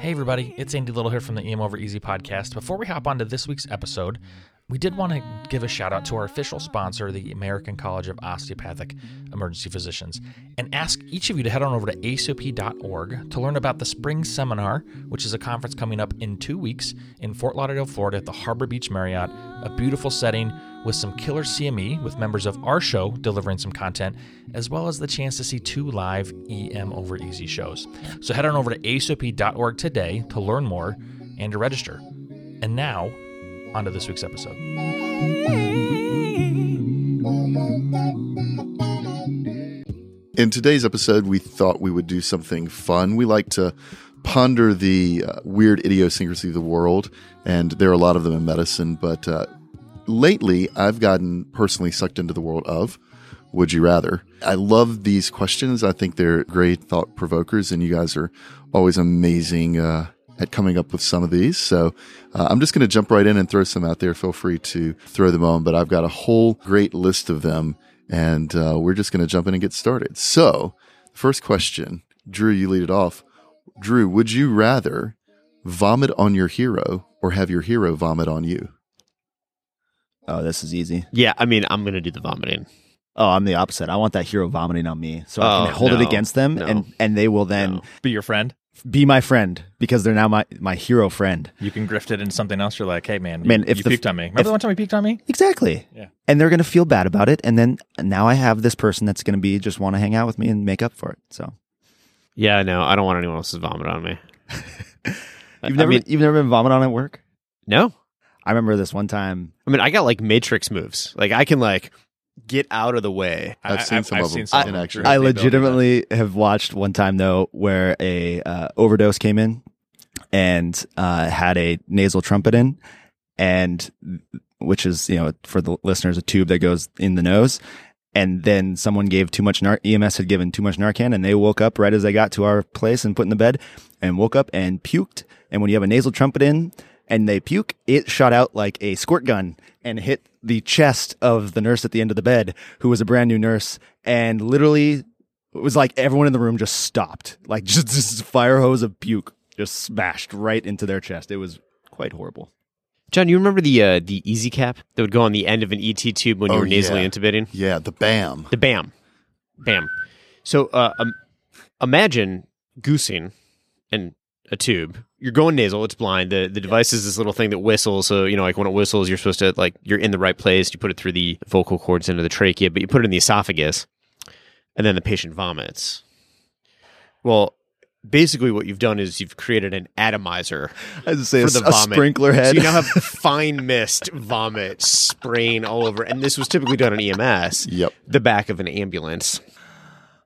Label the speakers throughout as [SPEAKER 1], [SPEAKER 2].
[SPEAKER 1] Hey, everybody, it's Andy Little here from the EM Over Easy podcast. Before we hop on to this week's episode, we did want to give a shout out to our official sponsor, the American College of Osteopathic Emergency Physicians, and ask each of you to head on over to acop.org to learn about the spring seminar, which is a conference coming up in two weeks in Fort Lauderdale, Florida at the Harbor Beach Marriott, a beautiful setting with some killer CME with members of our show delivering some content, as well as the chance to see two live EM Over Easy shows. So head on over to acop.org today to learn more and to register. And now, on to this week's episode.
[SPEAKER 2] In today's episode, we thought we would do something fun. We like to ponder the uh, weird idiosyncrasy of the world, and there are a lot of them in medicine. But uh, lately, I've gotten personally sucked into the world of would you rather. I love these questions. I think they're great thought provokers, and you guys are always amazing uh, at coming up with some of these. So uh, I'm just going to jump right in and throw some out there. Feel free to throw them on, but I've got a whole great list of them, and uh, we're just going to jump in and get started. So, first question, Drew, you lead it off. Drew, would you rather vomit on your hero or have your hero vomit on you?
[SPEAKER 3] Oh, this is easy.
[SPEAKER 4] Yeah, I mean, I'm gonna do the vomiting.
[SPEAKER 3] Oh, I'm the opposite. I want that hero vomiting on me, so I
[SPEAKER 4] Oh,
[SPEAKER 3] can hold
[SPEAKER 4] no,
[SPEAKER 3] it against them,
[SPEAKER 4] no,
[SPEAKER 3] and and they will then
[SPEAKER 4] No.
[SPEAKER 5] be your friend.
[SPEAKER 3] be my friend because they're now my my hero friend.
[SPEAKER 5] You can grift it into something else. You're like, hey man,
[SPEAKER 3] Man,
[SPEAKER 5] you,
[SPEAKER 3] if
[SPEAKER 5] you
[SPEAKER 3] the-
[SPEAKER 5] peeked on me. Remember
[SPEAKER 3] if-
[SPEAKER 5] the one time you peeked on me?
[SPEAKER 3] Exactly.
[SPEAKER 5] Yeah.
[SPEAKER 3] And they're gonna feel bad about it, and then now I have this person that's gonna be just want to hang out with me and make up for it. So
[SPEAKER 4] Yeah, no, I don't want anyone else's vomit on me.
[SPEAKER 3] you've never
[SPEAKER 4] I mean,
[SPEAKER 3] you've never been vomited on at work.
[SPEAKER 4] no.
[SPEAKER 3] I remember this one time.
[SPEAKER 4] I mean, I got like matrix moves. Like I can like get out of the way.
[SPEAKER 5] I-
[SPEAKER 2] I've seen some of them in action.
[SPEAKER 3] I
[SPEAKER 5] They build it.
[SPEAKER 3] legitimately have watched one time though where a uh, overdose came in and uh, had a nasal trumpet in, and which is you know for the listeners a tube that goes in the nose, and then someone gave too much nar- EMS E had given too much Narcan, and they woke up right as they got to our place and put in the bed, and woke up and puked. And when you have a nasal trumpet in and they puke, it shot out like a squirt gun and hit the chest of the nurse at the end of the bed, who was a brand new nurse, and literally it was like everyone in the room just stopped, like just this fire hose of puke just smashed right into their chest. It was quite horrible.
[SPEAKER 4] John, you remember the uh, the easy cap that would go on the end of an ET tube when
[SPEAKER 2] Oh,
[SPEAKER 4] you were nasally
[SPEAKER 2] yeah.
[SPEAKER 4] intubating?
[SPEAKER 2] Yeah, the bam.
[SPEAKER 4] The bam, bam. So uh, um, imagine goosing and a tube. You're going nasal. It's blind. The the device is this little thing that whistles. So you know, like when it whistles, you're supposed to like you're in the right place. You put it through the vocal cords into the trachea, but you put it in the esophagus, and then the patient vomits. Well, basically, what you've done is you've created an atomizer
[SPEAKER 3] I just say
[SPEAKER 4] for
[SPEAKER 3] a,
[SPEAKER 4] the
[SPEAKER 3] a
[SPEAKER 4] vomit.
[SPEAKER 3] sprinkler head.
[SPEAKER 4] So you now have fine mist, vomit, spraying all over. And this was typically done on EMS
[SPEAKER 2] Yep.
[SPEAKER 4] the back of an ambulance.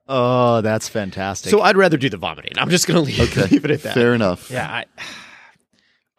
[SPEAKER 3] oh, that's fantastic.
[SPEAKER 4] So I'd rather do the vomiting. I'm just going to leave,
[SPEAKER 2] Okay.
[SPEAKER 4] leave it at that.
[SPEAKER 2] Fair enough.
[SPEAKER 5] Yeah, I,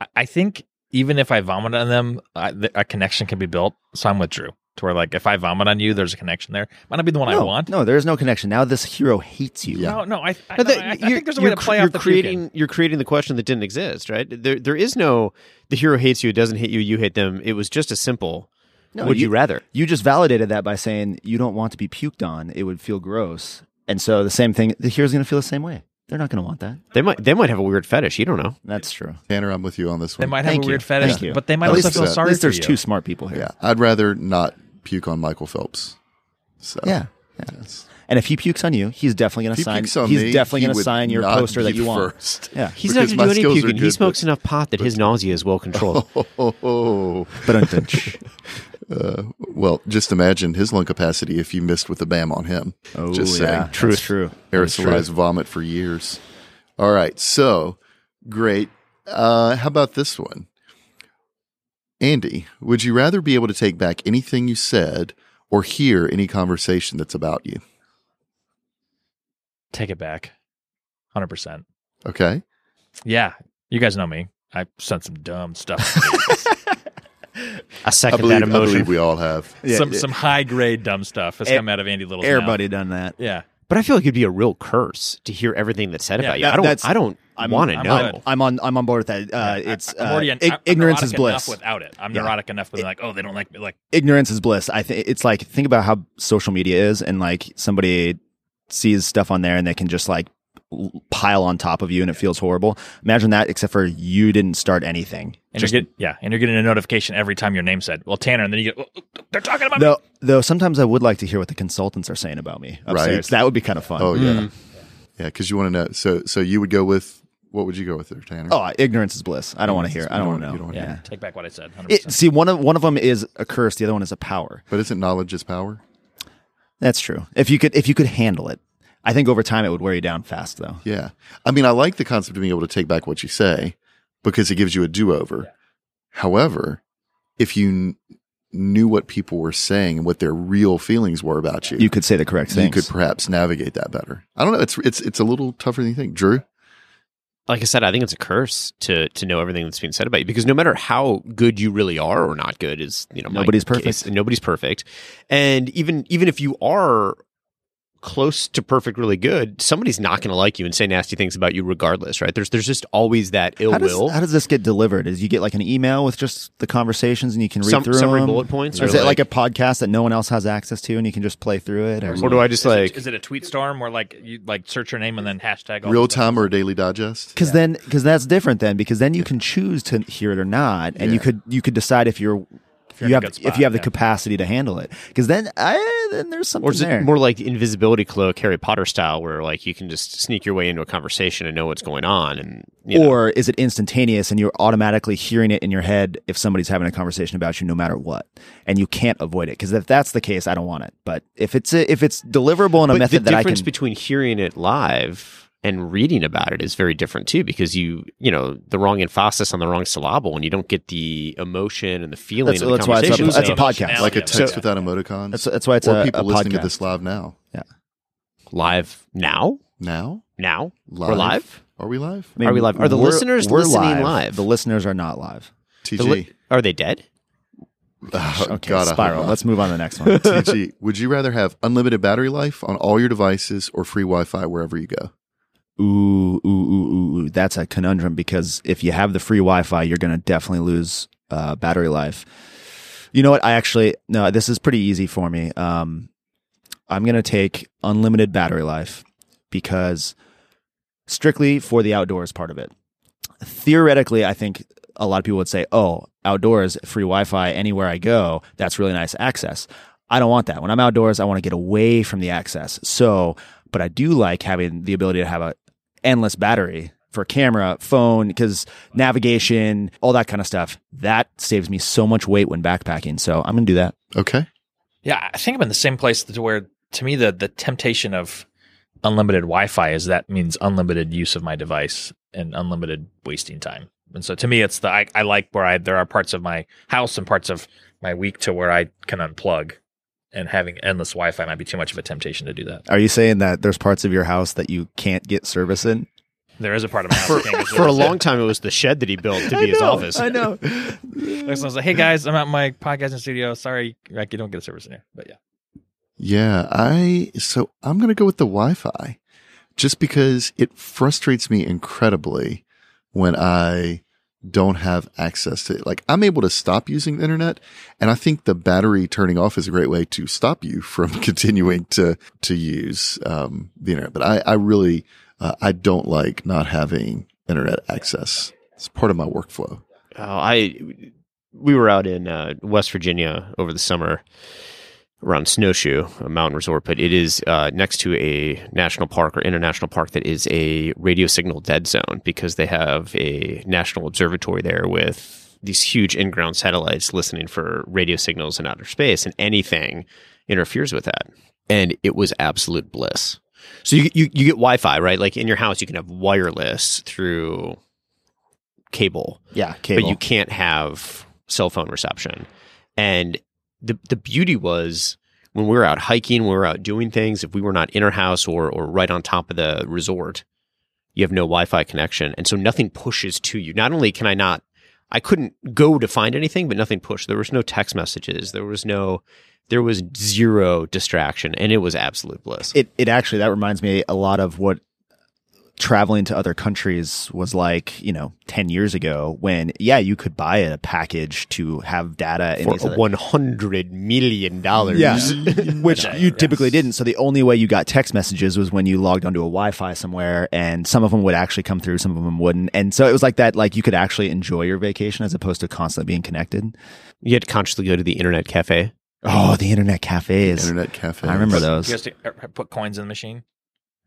[SPEAKER 5] I- I think even if I vomit on them, I, th- a connection can be built. So I'm with Drew. To where like if I vomit on you, there's a connection there. Might not be the one
[SPEAKER 3] no,
[SPEAKER 5] I want.
[SPEAKER 3] no, there is no connection. Now this hero hates you.
[SPEAKER 2] Yeah.
[SPEAKER 5] no, no. I, I,
[SPEAKER 4] No,
[SPEAKER 5] no,
[SPEAKER 4] that-
[SPEAKER 5] I, I
[SPEAKER 4] you're-
[SPEAKER 5] think there's a way
[SPEAKER 4] you're
[SPEAKER 5] to play off
[SPEAKER 4] cr- you're
[SPEAKER 5] the
[SPEAKER 4] creating.
[SPEAKER 5] puking.
[SPEAKER 4] You're creating the question that didn't exist, right? There, there is no. The hero hates you. It doesn't hit you. You hit them. It was just a simple.
[SPEAKER 3] No,
[SPEAKER 4] would you,
[SPEAKER 3] you-
[SPEAKER 4] rather?
[SPEAKER 3] You just validated that by saying you don't want to be puked on. It would feel gross. And so the same thing, the hero's going to feel the same way. They're not going to want that.
[SPEAKER 4] They might. They might have a weird fetish. You don't know.
[SPEAKER 3] That's true.
[SPEAKER 2] Tanner, I'm with you on this
[SPEAKER 5] They
[SPEAKER 2] one.
[SPEAKER 5] might have
[SPEAKER 3] Thank
[SPEAKER 5] a
[SPEAKER 3] you.
[SPEAKER 5] weird fetish,
[SPEAKER 3] Thank you.
[SPEAKER 5] but they might
[SPEAKER 2] At
[SPEAKER 5] also
[SPEAKER 2] least,
[SPEAKER 5] feel
[SPEAKER 2] uh, at
[SPEAKER 5] sorry
[SPEAKER 3] At least there's
[SPEAKER 5] for you.
[SPEAKER 3] two smart people here.
[SPEAKER 2] Yeah, I'd rather not puke on Michael Phelps. So
[SPEAKER 3] Yeah.
[SPEAKER 2] yes.
[SPEAKER 3] And if he pukes on you, he's definitely going
[SPEAKER 2] If
[SPEAKER 3] to
[SPEAKER 2] he
[SPEAKER 3] sign.
[SPEAKER 2] pukes on
[SPEAKER 3] He's
[SPEAKER 2] me,
[SPEAKER 3] definitely
[SPEAKER 2] he
[SPEAKER 3] going to
[SPEAKER 2] would
[SPEAKER 3] sign your
[SPEAKER 2] not
[SPEAKER 3] poster that
[SPEAKER 2] be
[SPEAKER 3] you want.
[SPEAKER 2] First.
[SPEAKER 3] Yeah.
[SPEAKER 4] He's
[SPEAKER 2] Because
[SPEAKER 4] not
[SPEAKER 2] my
[SPEAKER 4] going to do
[SPEAKER 2] skills
[SPEAKER 4] any
[SPEAKER 2] are
[SPEAKER 4] puking.
[SPEAKER 2] good,
[SPEAKER 4] He smokes
[SPEAKER 2] but-
[SPEAKER 4] enough pot that his nausea is well controlled.
[SPEAKER 2] Oh, Uh,
[SPEAKER 3] Ba-dun-dun-sh.
[SPEAKER 2] well, just imagine his lung capacity if you missed with the bam on him.
[SPEAKER 3] Oh,
[SPEAKER 2] just saying.
[SPEAKER 3] yeah. True. True.
[SPEAKER 2] Aerosolized vomit for years. All right. So great. Uh, how about this one? Andy, would you rather be able to take back anything you said or hear any conversation that's about you?
[SPEAKER 5] Take it back, hundred percent.
[SPEAKER 2] Okay.
[SPEAKER 5] Yeah, you guys know me. I sent some dumb stuff,
[SPEAKER 4] I second
[SPEAKER 2] believe,
[SPEAKER 4] that emotion.
[SPEAKER 2] believe we all have.
[SPEAKER 3] Yeah,
[SPEAKER 5] some
[SPEAKER 3] yeah.
[SPEAKER 5] some high grade dumb stuff has
[SPEAKER 3] Eh,
[SPEAKER 5] come out of Andy Little's mouth.
[SPEAKER 3] Everybody done that.
[SPEAKER 5] Yeah,
[SPEAKER 4] But I feel like it'd be a real curse to hear everything that's said
[SPEAKER 5] Yeah,
[SPEAKER 4] about you.
[SPEAKER 3] that-
[SPEAKER 4] I
[SPEAKER 3] that's-
[SPEAKER 4] don't. I don't want to
[SPEAKER 5] I'm
[SPEAKER 4] know.
[SPEAKER 5] good.
[SPEAKER 3] I'm, I'm on. I'm on board with that. Uh, it's
[SPEAKER 5] I'm
[SPEAKER 3] uh,
[SPEAKER 5] already an-
[SPEAKER 3] ig-
[SPEAKER 5] I'm
[SPEAKER 3] ignorance is
[SPEAKER 5] neurotic enough
[SPEAKER 3] bliss.
[SPEAKER 5] Without it, I'm
[SPEAKER 3] Yeah.
[SPEAKER 5] neurotic enough with like, oh, they don't like me. Like,
[SPEAKER 3] ignorance is bliss. I think it's like think about how social media is, and like somebody sees stuff on there, and they can just like l- pile on top of you, and it feels horrible. Imagine that, except for you didn't start anything.
[SPEAKER 5] and you're get, yeah, and you're getting a notification every time your name said. Well, Tanner, and then you get, "Oh, they're talking about me.
[SPEAKER 3] Though, though sometimes I would like to hear what the consultants are saying about me upstairs.
[SPEAKER 2] Right.
[SPEAKER 3] That would be kind of fun.
[SPEAKER 2] Oh
[SPEAKER 3] Oh,
[SPEAKER 2] yeah, yeah. Because you want to know. So so you would go with what would you go with there, Tanner?
[SPEAKER 3] Oh. ignorance is bliss. I don't want to hear. it. I don't
[SPEAKER 2] You
[SPEAKER 3] want to know.
[SPEAKER 2] you don't wanna
[SPEAKER 3] yeah.
[SPEAKER 2] hear it.
[SPEAKER 5] Take back what I said. 100%.
[SPEAKER 3] It, see, one of one of them is a curse. The other one is a power.
[SPEAKER 2] But isn't knowledge is power?
[SPEAKER 3] That's true. If you could, if you could handle it, I think over time it would wear you down fast, though.
[SPEAKER 2] Yeah. I mean, I like the concept of being able to take back what you say because it gives you a do over. However, if you kn- knew what people were saying and what their real feelings were about you,
[SPEAKER 3] You could say the correct
[SPEAKER 2] you
[SPEAKER 3] thing.
[SPEAKER 2] could perhaps navigate that better. I don't know. It's it's it's a little tougher than you think, Drew.
[SPEAKER 4] like I said, I think it's a curse to to know everything that's being said about you because no matter how good you really are or not good is you know my
[SPEAKER 3] Nobody's perfect.
[SPEAKER 4] case. nobody's perfect, and even even if you are close to perfect, really good, somebody's not going to like you and say nasty things about you regardless, right? There's there's just always that ill
[SPEAKER 3] how does,
[SPEAKER 4] will.
[SPEAKER 3] How does this get delivered? Is you get like an email with just the conversations and you can read
[SPEAKER 4] Some-
[SPEAKER 3] through
[SPEAKER 4] summary
[SPEAKER 3] them?
[SPEAKER 4] bullet points
[SPEAKER 3] Or is
[SPEAKER 4] or
[SPEAKER 3] it like
[SPEAKER 4] like-
[SPEAKER 3] a podcast that no one else has access to and you can just play through it? Or,
[SPEAKER 4] or do I just
[SPEAKER 5] Is it-
[SPEAKER 4] like
[SPEAKER 5] is it a tweet storm where like you like search your name and then hashtag all
[SPEAKER 2] Real
[SPEAKER 5] the stuff?
[SPEAKER 2] time or a daily digest?
[SPEAKER 3] because then because that's different then because then you can choose to hear it or not and you
[SPEAKER 2] Yeah.
[SPEAKER 3] could you could decide if you're if
[SPEAKER 5] you're
[SPEAKER 3] you
[SPEAKER 5] in
[SPEAKER 3] have
[SPEAKER 5] a good
[SPEAKER 3] if
[SPEAKER 5] spot,
[SPEAKER 3] you have the
[SPEAKER 5] yeah.
[SPEAKER 3] capacity to handle it because then I then there's something
[SPEAKER 4] Or is
[SPEAKER 3] there
[SPEAKER 4] it more like the invisibility cloak, Harry Potter style, where like you can just sneak your way into a conversation and know what's going on, and you know,
[SPEAKER 3] or is it instantaneous and you're automatically hearing it in your head if somebody's having a conversation about you no matter what and you can't avoid it because if that's the case I don't want it but if it's a, if it's deliverable in a
[SPEAKER 4] but
[SPEAKER 3] method
[SPEAKER 4] the
[SPEAKER 3] that I
[SPEAKER 4] difference
[SPEAKER 3] can
[SPEAKER 4] between hearing it live and reading about it is very different too, because you you know the wrong emphasis on the wrong syllable, and you don't get the emotion and the feeling.
[SPEAKER 3] That's-
[SPEAKER 4] of the
[SPEAKER 3] that's why it's a-
[SPEAKER 4] conversation.
[SPEAKER 3] that's a
[SPEAKER 4] So
[SPEAKER 3] podcast.
[SPEAKER 2] Like a
[SPEAKER 5] Yeah,
[SPEAKER 2] text
[SPEAKER 5] so-
[SPEAKER 2] without emoticons?
[SPEAKER 3] That's that's why it's
[SPEAKER 2] or
[SPEAKER 3] a,
[SPEAKER 2] people
[SPEAKER 3] a
[SPEAKER 2] listening
[SPEAKER 3] podcast.
[SPEAKER 2] to this live now.
[SPEAKER 4] live now.
[SPEAKER 2] Now?
[SPEAKER 4] Now
[SPEAKER 2] Live?
[SPEAKER 4] we're live.
[SPEAKER 2] Are we live?
[SPEAKER 3] I mean,
[SPEAKER 4] Are we live? Are the
[SPEAKER 3] we're-
[SPEAKER 4] listeners
[SPEAKER 3] we're
[SPEAKER 4] listening
[SPEAKER 3] live.
[SPEAKER 4] live?
[SPEAKER 3] The listeners are not live.
[SPEAKER 2] TG.
[SPEAKER 4] The li- are they dead?
[SPEAKER 2] Oh,
[SPEAKER 3] Okay,
[SPEAKER 2] God, I hope
[SPEAKER 3] spiral.
[SPEAKER 2] not.
[SPEAKER 3] Let's move on to the next one.
[SPEAKER 2] TG, would you rather have unlimited battery life on all your devices or free Wi Fi wherever you go?
[SPEAKER 3] ooh, ooh, ooh, ooh, ooh. That's a conundrum because if you have the free Wi-Fi, you're going to definitely lose uh, battery life. You know what? I actually no. This is pretty easy for me. Um, I'm going to take unlimited battery life because strictly for the outdoors part of it. Theoretically, I think a lot of people would say, "Oh, outdoors, free Wi-Fi anywhere I go. That's really nice access." I don't want that. When I'm outdoors, I want to get away from the access. So, but I do like having the ability to have a endless battery for camera, phone, because navigation, all that kind of stuff. That saves me so much weight when backpacking. So I'm gonna do that.
[SPEAKER 2] Okay.
[SPEAKER 5] Yeah, I think I'm in the same place to where to me the the temptation of unlimited Wi-Fi is that means unlimited use of my device and unlimited wasting time. And so to me, it's the I, I like where I there are parts of my house and parts of my week to where I can unplug, and having endless Wi-Fi might be too much of a temptation to do that.
[SPEAKER 3] Are you saying that there's parts of your house that you can't get service in?
[SPEAKER 5] There is a part of my house I can't get
[SPEAKER 4] For a
[SPEAKER 5] service in.
[SPEAKER 4] long time, it was the shed that he built to be his office.
[SPEAKER 3] I know.
[SPEAKER 5] So I was like, hey guys, I'm at my podcasting studio. Sorry, like you don't get a service in here, but yeah.
[SPEAKER 2] Yeah. I, so I'm going to go with the Wi Fi just because it frustrates me incredibly when I don't have access to it. Like I'm able to stop using the internet. And I think the battery turning off is a great way to stop you from continuing to, to use, um, the internet. But I, I really, uh, I don't like not having internet access. It's part of my workflow.
[SPEAKER 4] Oh, I we were out in uh, West Virginia over the summer around Snowshoe, a mountain resort, but it is uh, next to a national park or international park that is a radio signal dead zone because they have a national observatory there with these huge in-ground satellites listening for radio signals in outer space, and anything interferes with that. And it was absolute bliss. So you you, you get Wi-Fi right? Like in your house, you can have wireless through cable
[SPEAKER 3] Yeah, cable.
[SPEAKER 4] but you can't have cell phone reception. And the the beauty was when we were out hiking, when we were out doing things, if we were not in our house or or right on top of the resort, you have no Wi-Fi connection, and so nothing pushes to you. Not only can I not, I couldn't go to find anything, but nothing pushed. There was no text messages. There was no There was zero distraction, and it was absolute bliss.
[SPEAKER 3] It it actually that reminds me a lot of what traveling to other countries was like, you know, 10 years ago when yeah, you could buy a package to have data in
[SPEAKER 4] for
[SPEAKER 3] these other-
[SPEAKER 4] one hundred million dollars.
[SPEAKER 3] Yeah. which you typically didn't. So the only way you got text messages was when you logged onto a Wi-Fi somewhere, and some of them would actually come through, some of them wouldn't. And so it was like that, like you could actually enjoy your vacation as opposed to constantly being connected.
[SPEAKER 4] You had to consciously go to the internet cafe.
[SPEAKER 3] Oh, the internet cafes!
[SPEAKER 2] Internet cafe.
[SPEAKER 3] I remember
[SPEAKER 5] You guys
[SPEAKER 3] those,
[SPEAKER 5] to uh, put coins in the machine.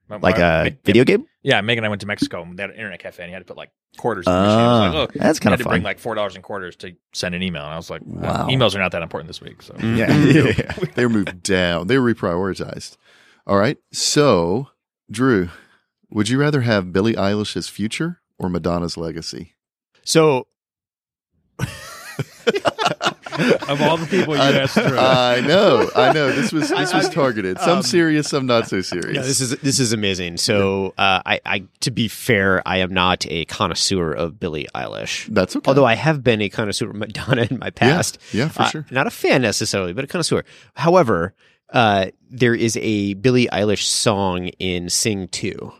[SPEAKER 3] like a
[SPEAKER 5] Meg-
[SPEAKER 3] video game.
[SPEAKER 5] Yeah, Megan and I went to Mexico. and They had an internet cafe, and you had to put like quarters. in the machine. I
[SPEAKER 4] Ah.
[SPEAKER 5] was
[SPEAKER 3] Oh,
[SPEAKER 5] like, oh,
[SPEAKER 3] that's
[SPEAKER 5] I
[SPEAKER 3] kind
[SPEAKER 5] had
[SPEAKER 3] of
[SPEAKER 5] to bring
[SPEAKER 3] fun.
[SPEAKER 5] like four dollars in quarters to send an email, and I was like,
[SPEAKER 2] Wow.
[SPEAKER 5] uh, emails are not that important this week. So
[SPEAKER 4] Mm-hmm.
[SPEAKER 3] Yeah. Yeah.
[SPEAKER 2] they were moved down. They were reprioritized. All right. So, Drew, would you rather have Billie Eilish's future or Madonna's legacy?
[SPEAKER 4] So
[SPEAKER 5] of all the people you asked, Drew,
[SPEAKER 2] I know, I know. This was this
[SPEAKER 4] I-
[SPEAKER 2] was
[SPEAKER 4] I-
[SPEAKER 2] targeted. Some
[SPEAKER 4] um,
[SPEAKER 2] serious, some not so serious.
[SPEAKER 4] No, this is this is amazing. So uh, I, I to be fair, I am not a connoisseur of Billie Eilish.
[SPEAKER 2] That's okay.
[SPEAKER 4] Although I have been a connoisseur of Madonna in my
[SPEAKER 2] Yeah,
[SPEAKER 4] past.
[SPEAKER 2] yeah, for
[SPEAKER 4] Uh,
[SPEAKER 2] sure.
[SPEAKER 4] Not a fan necessarily, but a connoisseur. However, uh, there is a Billie Eilish song in Sing 2.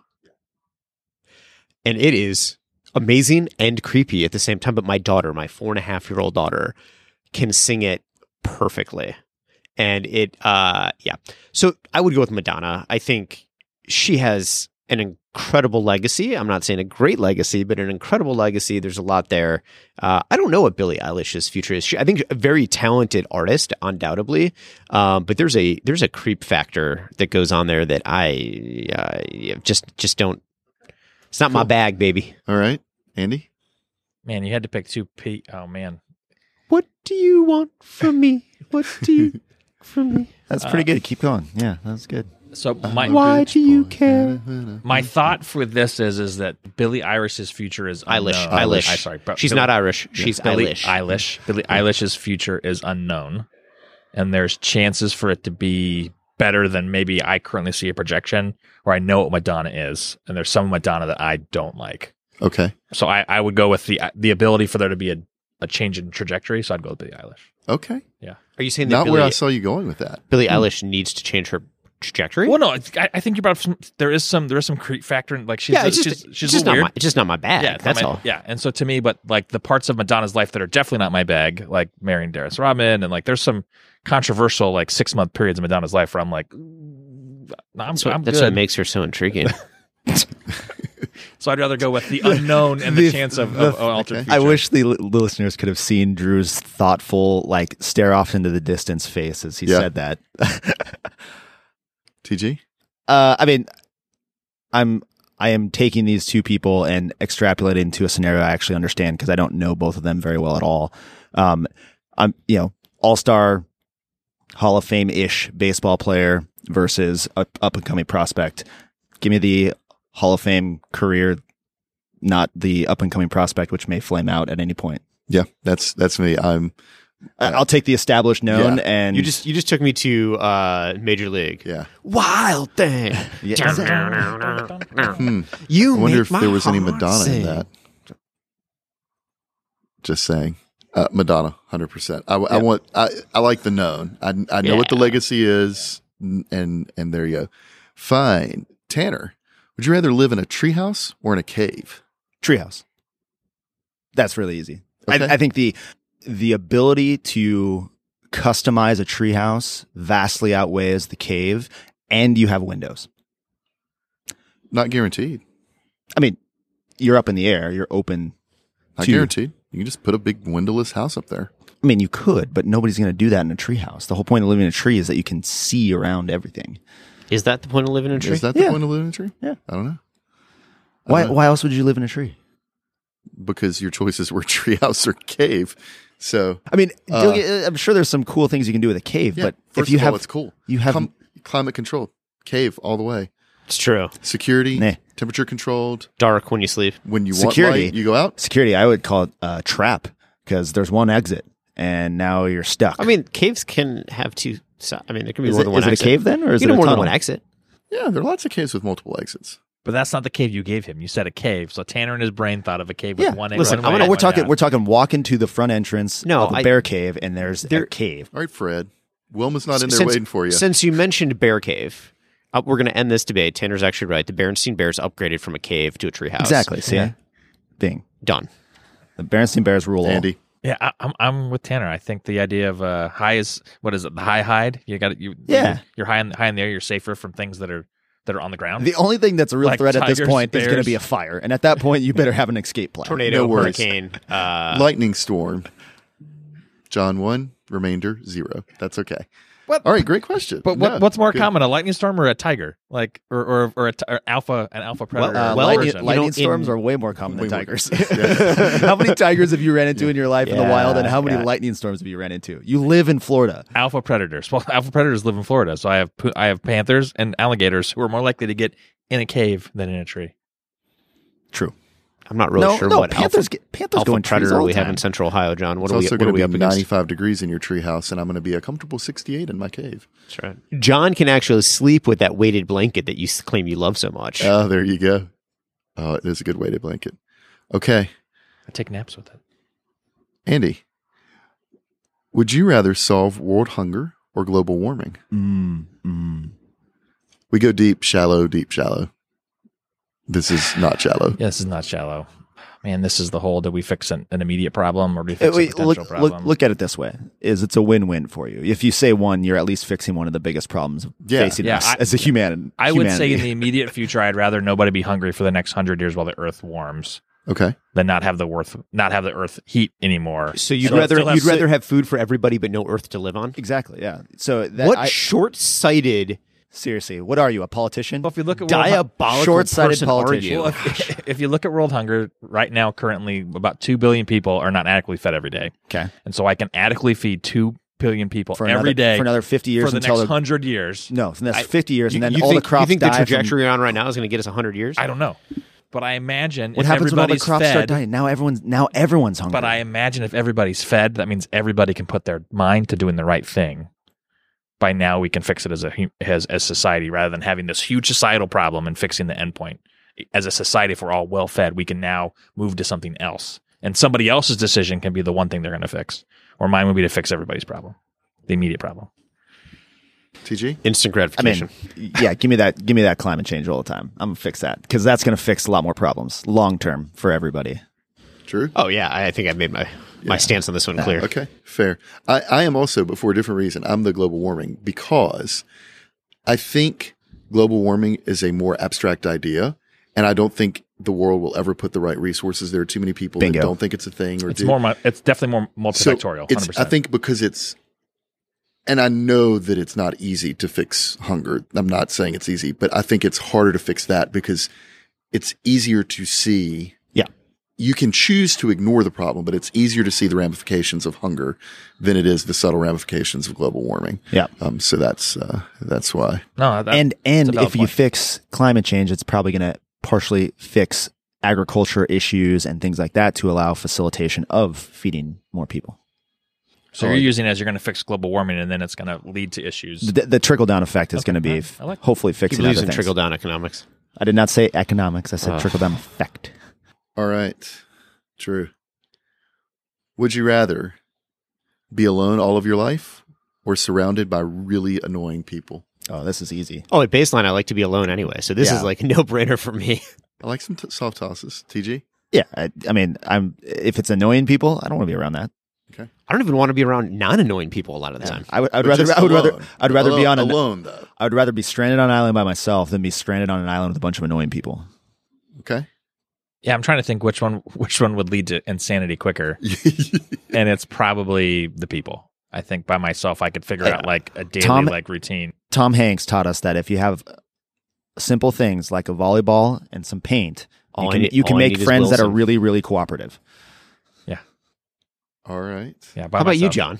[SPEAKER 4] And it is amazing and creepy at the same time. But my daughter, my four and a half year old daughter, can sing it perfectly. And it, uh, yeah. So I would go with Madonna. I think she has an incredible legacy. I'm not saying a great legacy, but an incredible legacy. There's a lot there. Uh, I don't know what Billie Eilish's future is. She, I think a very talented artist, undoubtedly, um, but there's a there's a creep factor that goes on there that I uh, yeah, just just don't. It's not my
[SPEAKER 2] Cool.
[SPEAKER 4] bag, baby.
[SPEAKER 2] All right, Andy.
[SPEAKER 5] man, you had to pick two. P- oh man,
[SPEAKER 4] What do you want from me? What do you from me?
[SPEAKER 3] That's pretty
[SPEAKER 5] Uh,
[SPEAKER 3] good. Keep going. Yeah, that's good.
[SPEAKER 5] so my
[SPEAKER 4] Oh, Why do you care?
[SPEAKER 5] my thought for this is is that Billie Eilish's future is unknown.
[SPEAKER 4] Eilish, Eilish.
[SPEAKER 5] I sorry, but
[SPEAKER 4] she's
[SPEAKER 5] Billie-
[SPEAKER 4] not Irish. She's
[SPEAKER 5] Billie
[SPEAKER 4] Eilish. Mm-hmm.
[SPEAKER 5] Eilish. Billie Eilish's future is unknown, and there's chances for it to be better than maybe I currently see a projection, or I know what Madonna is, and there's some Madonna that I don't like.
[SPEAKER 2] Okay,
[SPEAKER 5] So I, I would go with the the ability for there to be a, a change in trajectory. So I'd go with Billie Eilish.
[SPEAKER 2] okay.
[SPEAKER 4] Are you saying that
[SPEAKER 2] Not
[SPEAKER 4] Billie,
[SPEAKER 2] where I saw you going with that.
[SPEAKER 4] Billie Eilish needs to change her trajectory?
[SPEAKER 5] Well, no, I, I think you brought up some. There is some. There is some creep factor, in like she's
[SPEAKER 4] yeah, it's
[SPEAKER 5] she's, she's,
[SPEAKER 4] just, it's
[SPEAKER 5] a
[SPEAKER 4] just
[SPEAKER 5] little
[SPEAKER 4] not
[SPEAKER 5] weird.
[SPEAKER 4] my, it's just not my bag.
[SPEAKER 5] yeah, it's not
[SPEAKER 4] that's
[SPEAKER 5] my-
[SPEAKER 4] all.
[SPEAKER 5] Yeah, and so to me, but like the parts of Madonna's life that are definitely not my bag, like marrying Darius Rodman, and like there's some controversial like six month periods of Madonna's life where I'm like, "Mm, no, I'm,
[SPEAKER 4] That's, what,
[SPEAKER 5] I'm
[SPEAKER 4] that's what
[SPEAKER 5] good.
[SPEAKER 4] makes her so intriguing.
[SPEAKER 5] so I'd rather go with the unknown and the,
[SPEAKER 3] the-
[SPEAKER 5] chance of,
[SPEAKER 3] the-
[SPEAKER 5] of an altered
[SPEAKER 2] okay.
[SPEAKER 5] future.
[SPEAKER 3] I wish the, l- the listeners could have seen Drew's thoughtful, like stare off into the distance face as he
[SPEAKER 2] Yeah.
[SPEAKER 3] said that.
[SPEAKER 2] TG.
[SPEAKER 3] uh, I mean, I'm I am taking these two people and extrapolating to a scenario I actually understand because I don't know both of them very well at all. Um, I'm you know all star, Hall of Fame ish baseball player versus up up and coming prospect. Give me the Hall of Fame career, not the up and coming prospect, which may flame out at any point.
[SPEAKER 2] Yeah, that's that's me. I'm
[SPEAKER 3] I- I'll take the established known and
[SPEAKER 4] you just you just took me to uh, Major League.
[SPEAKER 2] yeah.
[SPEAKER 4] Wild thing.
[SPEAKER 3] Yeah,
[SPEAKER 2] Hmm.
[SPEAKER 4] You
[SPEAKER 2] I wonder
[SPEAKER 4] make
[SPEAKER 2] if
[SPEAKER 4] my
[SPEAKER 2] there was any
[SPEAKER 4] heart
[SPEAKER 2] Madonna in
[SPEAKER 4] sing.
[SPEAKER 2] that. Just saying, uh, Madonna, hundred percent. I, I want. I, I like the known. I, I know what the legacy is, n- and and there you go. Fine, Tanner. Would you rather live in a treehouse or in a cave?
[SPEAKER 3] Treehouse. That's really easy.
[SPEAKER 2] Okay.
[SPEAKER 3] I, I think the the ability to customize a treehouse vastly outweighs the cave, and you have windows.
[SPEAKER 2] Not guaranteed.
[SPEAKER 3] I mean, you're up in the air. You're open.
[SPEAKER 2] Not
[SPEAKER 3] Two.
[SPEAKER 2] guaranteed. You can just put a big windowless house up there.
[SPEAKER 3] I mean, you could, but nobody's going to do that in a treehouse. The whole point of living in a tree is that you can see around everything.
[SPEAKER 4] Is that the point of living in a tree?
[SPEAKER 2] Is that the
[SPEAKER 3] Yeah.
[SPEAKER 2] point of living in a tree?
[SPEAKER 3] Yeah.
[SPEAKER 2] I don't know
[SPEAKER 3] Why?
[SPEAKER 2] Uh-huh.
[SPEAKER 3] Why else would you live in a tree?
[SPEAKER 2] because your choices were treehouse or cave. So
[SPEAKER 3] I mean,
[SPEAKER 2] Uh,
[SPEAKER 3] don't get- I'm sure there's some cool things you can do with a cave,
[SPEAKER 2] yeah,
[SPEAKER 3] but
[SPEAKER 2] first
[SPEAKER 3] if you
[SPEAKER 2] of
[SPEAKER 3] have
[SPEAKER 2] all, it's cool.
[SPEAKER 3] you have
[SPEAKER 2] Com- climate controlled cave all the way.
[SPEAKER 4] It's true.
[SPEAKER 2] Security,
[SPEAKER 3] Nah.
[SPEAKER 2] temperature controlled.
[SPEAKER 4] Dark when you sleep.
[SPEAKER 2] When you
[SPEAKER 3] Security.
[SPEAKER 2] want light, you go out.
[SPEAKER 3] security, I would call it a trap because there's one exit, and now you're stuck.
[SPEAKER 4] I mean, caves can have two. si- I mean, there can be
[SPEAKER 3] is
[SPEAKER 4] more
[SPEAKER 3] it,
[SPEAKER 4] than one
[SPEAKER 3] is it a
[SPEAKER 4] exit.
[SPEAKER 3] cave then, or is
[SPEAKER 4] you
[SPEAKER 3] it
[SPEAKER 4] can
[SPEAKER 3] a
[SPEAKER 4] have more than
[SPEAKER 3] tunnel?
[SPEAKER 4] one exit.
[SPEAKER 2] Yeah, there are lots of caves with multiple exits.
[SPEAKER 5] but that's not the cave you gave him. You said a cave. So Tanner in his brain thought of a cave with
[SPEAKER 3] Yeah,
[SPEAKER 5] one. one
[SPEAKER 4] listen, I'm
[SPEAKER 5] way
[SPEAKER 4] gonna-
[SPEAKER 5] and
[SPEAKER 3] we're
[SPEAKER 5] one
[SPEAKER 3] talking
[SPEAKER 5] down.
[SPEAKER 3] we're talking walk into the front entrance
[SPEAKER 4] No,
[SPEAKER 3] of a
[SPEAKER 4] I-
[SPEAKER 3] bear cave and there's
[SPEAKER 4] There-
[SPEAKER 3] a cave.
[SPEAKER 2] All right, Fred. Wilma's not in there
[SPEAKER 4] Since-
[SPEAKER 2] waiting for you.
[SPEAKER 4] Since you mentioned Bear Cave, uh, we're going to end this debate. Tanner's actually right. The Berenstein Bears upgraded from a cave to a treehouse.
[SPEAKER 3] Exactly. See,
[SPEAKER 5] Yeah.
[SPEAKER 3] Bing.
[SPEAKER 4] Done.
[SPEAKER 3] The Berenstein Bears rule all.
[SPEAKER 2] Andy,
[SPEAKER 5] Yeah, I, I'm I'm with Tanner. I think the idea of uh, high is what is it? The high hide. You got you.
[SPEAKER 3] Yeah.
[SPEAKER 5] you're, you're high in high in the air. You're safer from things that are that are on the ground.
[SPEAKER 3] The only thing that's a real
[SPEAKER 5] Like
[SPEAKER 3] threat at this
[SPEAKER 5] tigers,
[SPEAKER 3] point is going to
[SPEAKER 5] bears.
[SPEAKER 3] be a fire, and at that point, you better have an escape plan.
[SPEAKER 4] Tornado,
[SPEAKER 2] No worries.
[SPEAKER 4] hurricane. Uh,
[SPEAKER 2] lightning storm. John one, remainder zero. That's okay. All right, great question.
[SPEAKER 5] But what,
[SPEAKER 2] No,
[SPEAKER 5] what's more
[SPEAKER 2] good.
[SPEAKER 5] common, a lightning storm or a tiger? Like or or, or, a t- or alpha an alpha predator?
[SPEAKER 3] Uh,
[SPEAKER 5] or
[SPEAKER 4] well,
[SPEAKER 5] a
[SPEAKER 3] lightning,
[SPEAKER 4] you-
[SPEAKER 5] version.
[SPEAKER 4] you
[SPEAKER 3] lightning
[SPEAKER 4] know,
[SPEAKER 3] storms
[SPEAKER 4] in-
[SPEAKER 3] are way more common than
[SPEAKER 2] Way more-
[SPEAKER 3] tigers.
[SPEAKER 2] Yeah.
[SPEAKER 3] how many tigers have you ran into in your life in the
[SPEAKER 4] Yeah,
[SPEAKER 3] wild, and how many
[SPEAKER 4] yeah.
[SPEAKER 3] lightning storms have you ran into? You live in Florida.
[SPEAKER 5] alpha predators. Well, alpha predators live in Florida, so I have pu- I have panthers and alligators who are more likely to get in a cave than in a tree.
[SPEAKER 3] True.
[SPEAKER 4] I'm not really
[SPEAKER 3] no,
[SPEAKER 4] sure
[SPEAKER 3] no.
[SPEAKER 4] what
[SPEAKER 3] Panthers,
[SPEAKER 4] alpha,
[SPEAKER 3] get, panthers go
[SPEAKER 4] alpha
[SPEAKER 3] in trees
[SPEAKER 4] predator
[SPEAKER 3] all the
[SPEAKER 4] we have
[SPEAKER 3] time.
[SPEAKER 4] in Central Ohio, John. What
[SPEAKER 2] It's
[SPEAKER 4] are we?
[SPEAKER 2] also
[SPEAKER 4] What are
[SPEAKER 2] going
[SPEAKER 4] we
[SPEAKER 2] to
[SPEAKER 4] up
[SPEAKER 2] be
[SPEAKER 4] against?
[SPEAKER 2] 95 degrees in your treehouse, and I'm going to be a comfortable 68 in my cave.
[SPEAKER 4] That's right. John can actually sleep with that weighted blanket that you s- claim you love so much.
[SPEAKER 3] Uh,
[SPEAKER 2] Oh, there you go. Oh, it is a good way to blanket. Okay,
[SPEAKER 5] I take naps with it.
[SPEAKER 2] Andy, would you rather solve world hunger or global warming?
[SPEAKER 3] Mm, mm.
[SPEAKER 2] We go deep, shallow, deep, shallow. This is not shallow.
[SPEAKER 5] Yeah, this is not shallow. Man, this is the whole. Do we fix an, an immediate problem or do we
[SPEAKER 3] Uh,
[SPEAKER 5] fix a
[SPEAKER 3] wait,
[SPEAKER 5] potential
[SPEAKER 3] look,
[SPEAKER 5] problem?
[SPEAKER 3] look, look at it this way: is it's a win-win for you. If you say one, you're at least fixing one of the biggest problems
[SPEAKER 2] Yeah.
[SPEAKER 3] facing
[SPEAKER 5] Yeah,
[SPEAKER 3] us
[SPEAKER 5] I-
[SPEAKER 3] as a human.
[SPEAKER 5] I would say
[SPEAKER 3] humanity.
[SPEAKER 5] in the immediate future, I'd rather nobody be hungry for the next hundred years while the Earth warms
[SPEAKER 2] Okay.
[SPEAKER 5] than not have the Earth not have the Earth heat anymore.
[SPEAKER 4] So you'd
[SPEAKER 5] So
[SPEAKER 4] rather
[SPEAKER 5] still have
[SPEAKER 4] you'd
[SPEAKER 5] si-
[SPEAKER 4] rather have food for everybody but no earth to live on?
[SPEAKER 3] exactly. Yeah. So that
[SPEAKER 4] What
[SPEAKER 3] I-
[SPEAKER 4] short-sighted,
[SPEAKER 3] seriously, what are you, a politician?
[SPEAKER 5] Well, if you look at world hu-
[SPEAKER 4] diabolical
[SPEAKER 3] Short-sighted
[SPEAKER 4] person
[SPEAKER 3] politician.
[SPEAKER 4] Are you?
[SPEAKER 5] well, if, if you look at world hunger right now, currently about two billion people are not adequately fed every day,
[SPEAKER 3] Okay.
[SPEAKER 5] and so I can adequately feed two billion people
[SPEAKER 3] For another,
[SPEAKER 5] every day
[SPEAKER 3] for another fifty years
[SPEAKER 5] for the
[SPEAKER 3] until
[SPEAKER 5] next
[SPEAKER 3] the,
[SPEAKER 5] hundred years.
[SPEAKER 3] no, and that's
[SPEAKER 5] I-
[SPEAKER 3] fifty years,
[SPEAKER 4] You-
[SPEAKER 3] and then
[SPEAKER 4] you
[SPEAKER 3] all
[SPEAKER 4] think,
[SPEAKER 3] the crops
[SPEAKER 4] you think
[SPEAKER 3] die
[SPEAKER 4] the
[SPEAKER 3] from-
[SPEAKER 4] trajectory you're on right now is going to get us 100 years?
[SPEAKER 5] I don't know, but I imagine
[SPEAKER 3] what
[SPEAKER 5] if
[SPEAKER 3] happens when all the
[SPEAKER 5] everybody's
[SPEAKER 3] crops
[SPEAKER 5] fed,
[SPEAKER 3] start dying? Now everyone's now everyone's hungry.
[SPEAKER 5] But I imagine if everybody's fed, that means everybody can put their mind to doing the right thing. By now, we can fix it as a hu- as as society, rather than having this huge societal problem and fixing the endpoint. As a society, if we're all well fed, we can now move to something else, and somebody else's decision can be the one thing they're going to fix. Or mine would be to fix everybody's problem, the immediate problem.
[SPEAKER 2] TG?
[SPEAKER 4] Instant
[SPEAKER 3] I
[SPEAKER 4] gratification.
[SPEAKER 3] mean, yeah, give me that, give me that climate change all the time. I'm gonna fix that because that's gonna fix a lot more problems long term for everybody.
[SPEAKER 2] True?
[SPEAKER 4] oh yeah, I I think I've made my my stance on this one clear.
[SPEAKER 2] Okay, fair. I, I am also, but for a different reason, I'm the global warming because I think global warming is a more abstract idea. And I don't think the world will ever put the right resources. There are too many people
[SPEAKER 3] Bingo.
[SPEAKER 2] that don't think it's a thing or
[SPEAKER 5] It's
[SPEAKER 2] do.
[SPEAKER 5] more. mu- It's definitely more
[SPEAKER 2] So
[SPEAKER 5] multifactorial.
[SPEAKER 2] it's-
[SPEAKER 5] 100%.
[SPEAKER 2] I think because it's, and I know that it's not easy to fix hunger. I'm not saying it's easy, but I think it's harder to fix that because it's easier to see.
[SPEAKER 3] Yeah.
[SPEAKER 2] You can choose to ignore the problem, but it's easier to see the ramifications of hunger than it is the subtle ramifications of global warming.
[SPEAKER 3] Yeah.
[SPEAKER 2] Um, so that's uh, that's why.
[SPEAKER 5] no, that,
[SPEAKER 3] and
[SPEAKER 5] a
[SPEAKER 3] and
[SPEAKER 5] valid
[SPEAKER 3] if you
[SPEAKER 5] point.
[SPEAKER 3] fix climate change, it's probably gonna partially fix agriculture issues and things like that to allow facilitation of feeding more people.
[SPEAKER 5] so you're using it as you're going to fix global warming, and then it's going to lead to issues.
[SPEAKER 3] The, the trickle down effect is
[SPEAKER 5] Okay,
[SPEAKER 3] gonna be
[SPEAKER 5] I-
[SPEAKER 3] f-
[SPEAKER 5] I like that.
[SPEAKER 3] hopefully
[SPEAKER 4] He
[SPEAKER 3] fixing
[SPEAKER 4] believes
[SPEAKER 3] other
[SPEAKER 4] in
[SPEAKER 3] things.
[SPEAKER 4] trickle down economics.
[SPEAKER 3] I did not say economics. I said
[SPEAKER 4] Ugh.
[SPEAKER 3] trickle down effect.
[SPEAKER 2] All right. True. Would you rather be alone all of your life or surrounded by really annoying people?
[SPEAKER 3] Oh, this is easy.
[SPEAKER 4] Oh, at baseline, I like to be alone anyway, so this
[SPEAKER 3] Yeah.
[SPEAKER 4] is like a no brainer for me.
[SPEAKER 2] I like some t- soft tosses. TG?
[SPEAKER 3] Yeah, I, I mean, I'm if it's annoying people, I don't want to be around that.
[SPEAKER 4] I don't even want to be around non annoying people a lot of the time.
[SPEAKER 3] I would, I'd
[SPEAKER 2] But
[SPEAKER 3] rather,
[SPEAKER 2] just
[SPEAKER 3] I would rather,
[SPEAKER 2] alone.
[SPEAKER 3] I'd rather be
[SPEAKER 2] Alone-
[SPEAKER 3] on an,
[SPEAKER 2] alone though.
[SPEAKER 3] I would rather be stranded on an island by myself than be stranded on an island with a bunch of annoying people.
[SPEAKER 2] Okay.
[SPEAKER 5] Yeah, I'm trying to think which one which one would lead to insanity quicker, and it's probably the people. I think by myself I could figure out like a daily
[SPEAKER 3] Tom-
[SPEAKER 5] like routine.
[SPEAKER 3] Tom Hanks taught us that if you have simple things like a volleyball and some paint,
[SPEAKER 4] All
[SPEAKER 3] you
[SPEAKER 4] I
[SPEAKER 3] can,
[SPEAKER 4] need-
[SPEAKER 3] you can
[SPEAKER 4] all I
[SPEAKER 3] make
[SPEAKER 4] need is
[SPEAKER 3] friends that are
[SPEAKER 4] Wilson.
[SPEAKER 3] really, really cooperative.
[SPEAKER 2] All right.
[SPEAKER 5] Yeah, by
[SPEAKER 4] How about you,
[SPEAKER 5] myself.
[SPEAKER 4] John?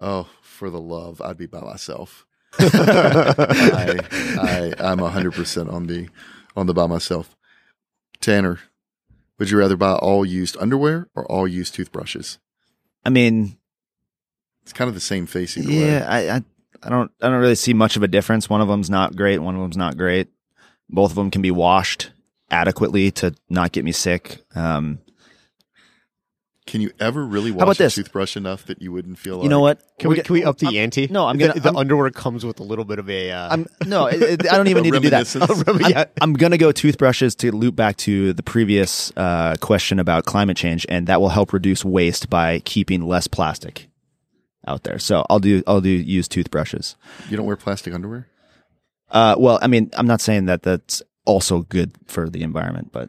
[SPEAKER 2] Oh, for the love, I'd be by myself. I, I, I'm 100% on the on the by myself. Tanner, would you rather buy all used underwear or all used toothbrushes?
[SPEAKER 3] I mean,
[SPEAKER 2] It's kind of the same face either way.
[SPEAKER 3] yeah, I, I, I don't, I don't really see much of a difference. One of them's not great. One of them's not great. Both of them can be washed adequately to not get me sick. Um,
[SPEAKER 2] Can you ever really wash
[SPEAKER 3] about
[SPEAKER 2] your
[SPEAKER 3] this?
[SPEAKER 2] toothbrush enough that you wouldn't feel?
[SPEAKER 3] you know what?
[SPEAKER 4] Can we,
[SPEAKER 3] We're
[SPEAKER 4] can we
[SPEAKER 3] gonna-
[SPEAKER 4] up the
[SPEAKER 3] I'm-
[SPEAKER 4] ante?
[SPEAKER 3] No, I'm
[SPEAKER 4] The-
[SPEAKER 3] gonna.
[SPEAKER 4] The,
[SPEAKER 3] I'm,
[SPEAKER 4] underwear comes with a little bit of a. Uh,
[SPEAKER 3] I'm- no, it, it- I don't even
[SPEAKER 2] A
[SPEAKER 3] need to do that.
[SPEAKER 2] reminiscence.
[SPEAKER 3] I'm-
[SPEAKER 4] Yeah.
[SPEAKER 3] I'm gonna go toothbrushes to loop back to the previous uh, question about climate change, and that will help reduce waste by keeping less plastic out there. So I'll do I'll do use toothbrushes.
[SPEAKER 2] what? You don't wear plastic underwear.
[SPEAKER 3] Uh, well, I mean, I'm not saying that that's also good for the environment, but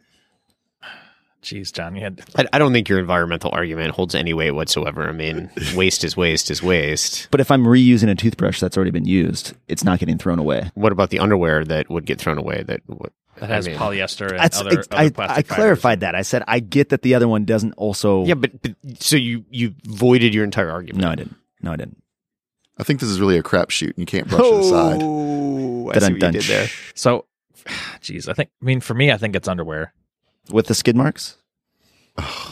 [SPEAKER 5] Jeez, John, you had
[SPEAKER 4] I, I don't think your environmental argument holds any weight whatsoever. I mean, waste is waste is waste.
[SPEAKER 3] but if I'm reusing a toothbrush that's already been used, it's not getting thrown away.
[SPEAKER 4] What about the underwear that would get thrown away? That would,
[SPEAKER 5] that has
[SPEAKER 4] I mean-
[SPEAKER 5] polyester and
[SPEAKER 3] That's,
[SPEAKER 5] other, other
[SPEAKER 3] I, I, I
[SPEAKER 5] plastic fibers.
[SPEAKER 3] clarified that. I said I get that the other one doesn't also.
[SPEAKER 4] Yeah, but, but so you you voided your entire argument.
[SPEAKER 3] No, I didn't. No, I didn't.
[SPEAKER 2] I think this is really a crapshoot, and you can't brush it aside.
[SPEAKER 4] Oh, I
[SPEAKER 3] That
[SPEAKER 4] see
[SPEAKER 3] I'm
[SPEAKER 4] what you
[SPEAKER 3] done.
[SPEAKER 4] did there.
[SPEAKER 5] So, geez, I think. I mean, for me, I think it's underwear.
[SPEAKER 3] With the skid marks.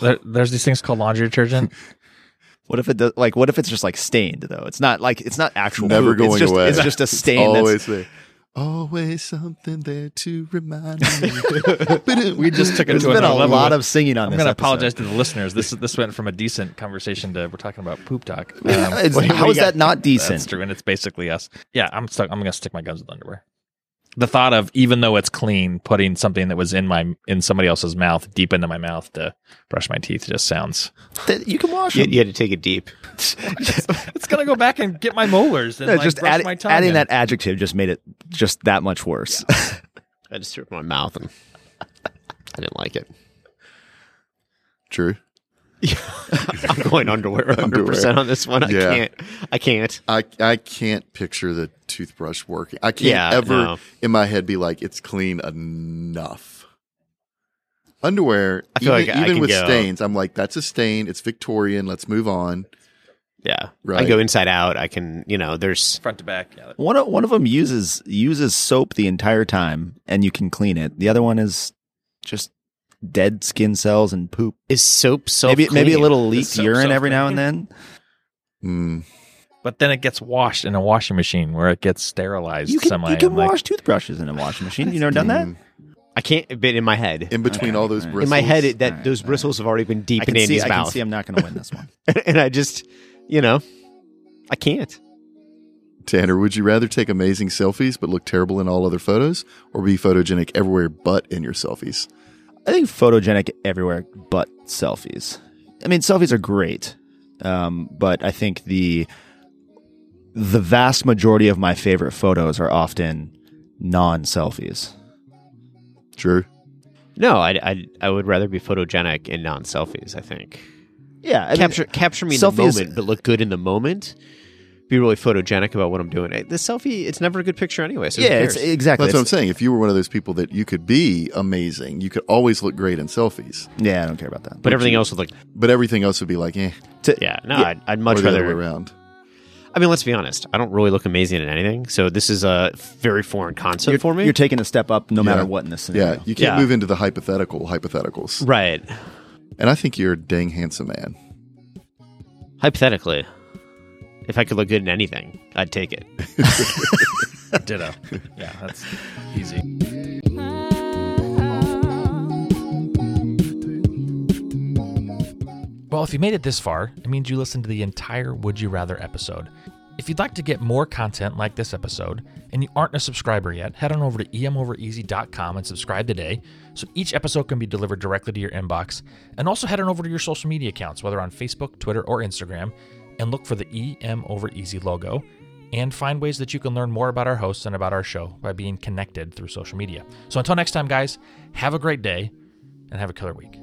[SPEAKER 5] There, there's these things called laundry detergent.
[SPEAKER 3] What if it does? Like, what if it's just like stained though? It's not like it's not actual.
[SPEAKER 2] Never
[SPEAKER 3] poop.
[SPEAKER 2] going
[SPEAKER 3] it's just,
[SPEAKER 2] away.
[SPEAKER 3] It's just a stain. that's-
[SPEAKER 2] Always there. Always something there to remind me.
[SPEAKER 5] We just took it
[SPEAKER 3] There's
[SPEAKER 5] to
[SPEAKER 3] been
[SPEAKER 5] another
[SPEAKER 3] a
[SPEAKER 5] level.
[SPEAKER 3] lot of singing on
[SPEAKER 5] I'm
[SPEAKER 3] this.
[SPEAKER 5] going to
[SPEAKER 3] episode.
[SPEAKER 5] apologize to the listeners. This this went from a decent conversation to we're talking about poop talk. Um,
[SPEAKER 3] It's-
[SPEAKER 4] Wait,
[SPEAKER 3] how
[SPEAKER 4] we
[SPEAKER 3] is
[SPEAKER 4] got-
[SPEAKER 3] that not
[SPEAKER 5] that's
[SPEAKER 3] decent?
[SPEAKER 5] true, and it's basically us. Yeah, I'm stuck. I'm going to stick my guns with underwear. The thought of even though it's clean, putting something that was in my in somebody else's mouth deep into my mouth to brush my teeth just sounds.
[SPEAKER 3] That- You can wash
[SPEAKER 4] You,
[SPEAKER 3] it.
[SPEAKER 4] you had to take it deep.
[SPEAKER 5] It's going to go back and get my molars and
[SPEAKER 3] No,
[SPEAKER 5] like,
[SPEAKER 3] just
[SPEAKER 5] brush
[SPEAKER 3] add-
[SPEAKER 5] my tongue
[SPEAKER 3] adding
[SPEAKER 5] in.
[SPEAKER 3] that adjective just made it just that much worse.
[SPEAKER 4] I just threw it in my mouth and I didn't like it.
[SPEAKER 2] True.
[SPEAKER 4] I'm going underwear 100 percent on this one. I
[SPEAKER 2] Yeah.
[SPEAKER 4] can't. I can't.
[SPEAKER 2] I I can't picture the toothbrush working. I can't
[SPEAKER 4] Yeah,
[SPEAKER 2] ever
[SPEAKER 4] no.
[SPEAKER 2] in my head be like it's clean enough. Underwear,
[SPEAKER 4] I feel
[SPEAKER 2] even,
[SPEAKER 4] like I
[SPEAKER 2] even
[SPEAKER 4] can
[SPEAKER 2] with
[SPEAKER 4] go-
[SPEAKER 2] stains, I'm like that's a stain. It's Victorian. Let's move on.
[SPEAKER 4] Yeah,
[SPEAKER 2] Right.
[SPEAKER 4] I go inside out. I can. You know, there's.
[SPEAKER 5] front to back. Yeah,
[SPEAKER 3] One of, one of them uses uses soap the entire time, and you can clean it. The other one is just dead skin cells and poop.
[SPEAKER 4] Is soap so
[SPEAKER 3] maybe maybe a little leaked
[SPEAKER 5] soap
[SPEAKER 3] urine
[SPEAKER 5] self-cleaning?
[SPEAKER 3] every now and
[SPEAKER 2] Mm.
[SPEAKER 3] then.
[SPEAKER 5] but then it gets washed in a washing machine where it gets sterilized.
[SPEAKER 3] You can,
[SPEAKER 5] semi
[SPEAKER 3] you can
[SPEAKER 5] and, like,
[SPEAKER 3] wash toothbrushes in a washing machine. You never done that?
[SPEAKER 2] Mm.
[SPEAKER 4] I can't. But in my head,
[SPEAKER 2] In between
[SPEAKER 3] Okay,
[SPEAKER 2] all those
[SPEAKER 3] all
[SPEAKER 2] bristles,
[SPEAKER 3] right.
[SPEAKER 4] in my head, it, that
[SPEAKER 3] Alright,
[SPEAKER 4] those
[SPEAKER 3] alright.
[SPEAKER 4] bristles have already been deep
[SPEAKER 3] I
[SPEAKER 4] in
[SPEAKER 3] can see.
[SPEAKER 4] Andy's
[SPEAKER 3] I can
[SPEAKER 4] mouth,
[SPEAKER 3] see. I'm not going to win this one.
[SPEAKER 4] and I just, you know, I can't.
[SPEAKER 2] Tanner, would you rather take amazing selfies but look terrible in all other photos, or be photogenic everywhere but in your selfies?
[SPEAKER 3] I think photogenic everywhere, but selfies. I mean, selfies are great, um, but I think the the vast majority of my favorite photos are often non selfies.
[SPEAKER 2] True.
[SPEAKER 4] No, I, I, I would rather be photogenic and non selfies. I think
[SPEAKER 3] Yeah, I
[SPEAKER 4] capture capture me in
[SPEAKER 3] selfie
[SPEAKER 4] the
[SPEAKER 3] is-
[SPEAKER 4] moment, but look good in the moment. Be really photogenic about what I'm doing. Eh, The selfie, it's never a good picture anyway. So
[SPEAKER 3] Mean, yeah, it's exactly.
[SPEAKER 2] That's what I'm
[SPEAKER 3] It's-
[SPEAKER 2] saying. If you were one of those people that you could be amazing, you could always look great in selfies,
[SPEAKER 3] yeah, I don't care about that.
[SPEAKER 4] but everything else would look.
[SPEAKER 2] but everything else would be like, eh,
[SPEAKER 3] To-
[SPEAKER 4] Yeah, no,
[SPEAKER 3] Yeah.
[SPEAKER 4] I'd, I'd much
[SPEAKER 2] or the other way
[SPEAKER 4] rather.
[SPEAKER 2] around.
[SPEAKER 4] I mean, let's be honest. I don't really look amazing in anything, so this is a very foreign concept
[SPEAKER 3] you're,
[SPEAKER 4] for me.
[SPEAKER 3] you're taking a step up, no
[SPEAKER 2] Yeah.
[SPEAKER 3] matter what in this scenario.
[SPEAKER 2] Yeah, you can't
[SPEAKER 4] Yeah.
[SPEAKER 2] move into the hypothetical hypotheticals.
[SPEAKER 4] right.
[SPEAKER 2] And I think you're a dang handsome man.
[SPEAKER 4] Hypothetically, if I could look good in anything, I'd take it.
[SPEAKER 5] Ditto. Yeah, that's easy. Well, if you made it this far, it means you listened to the entire Would You Rather episode. If you'd like to get more content like this episode, and you aren't a subscriber yet, head on over to emovereasy.com and subscribe today so each episode can be delivered directly to your inbox. And also head on over to your social media accounts, whether on Facebook, Twitter, or Instagram, and look for the EM Over Easy logo. And find ways that you can learn more about our hosts and about our show by being connected through social media. So until next time, guys, have a great day and have a killer week.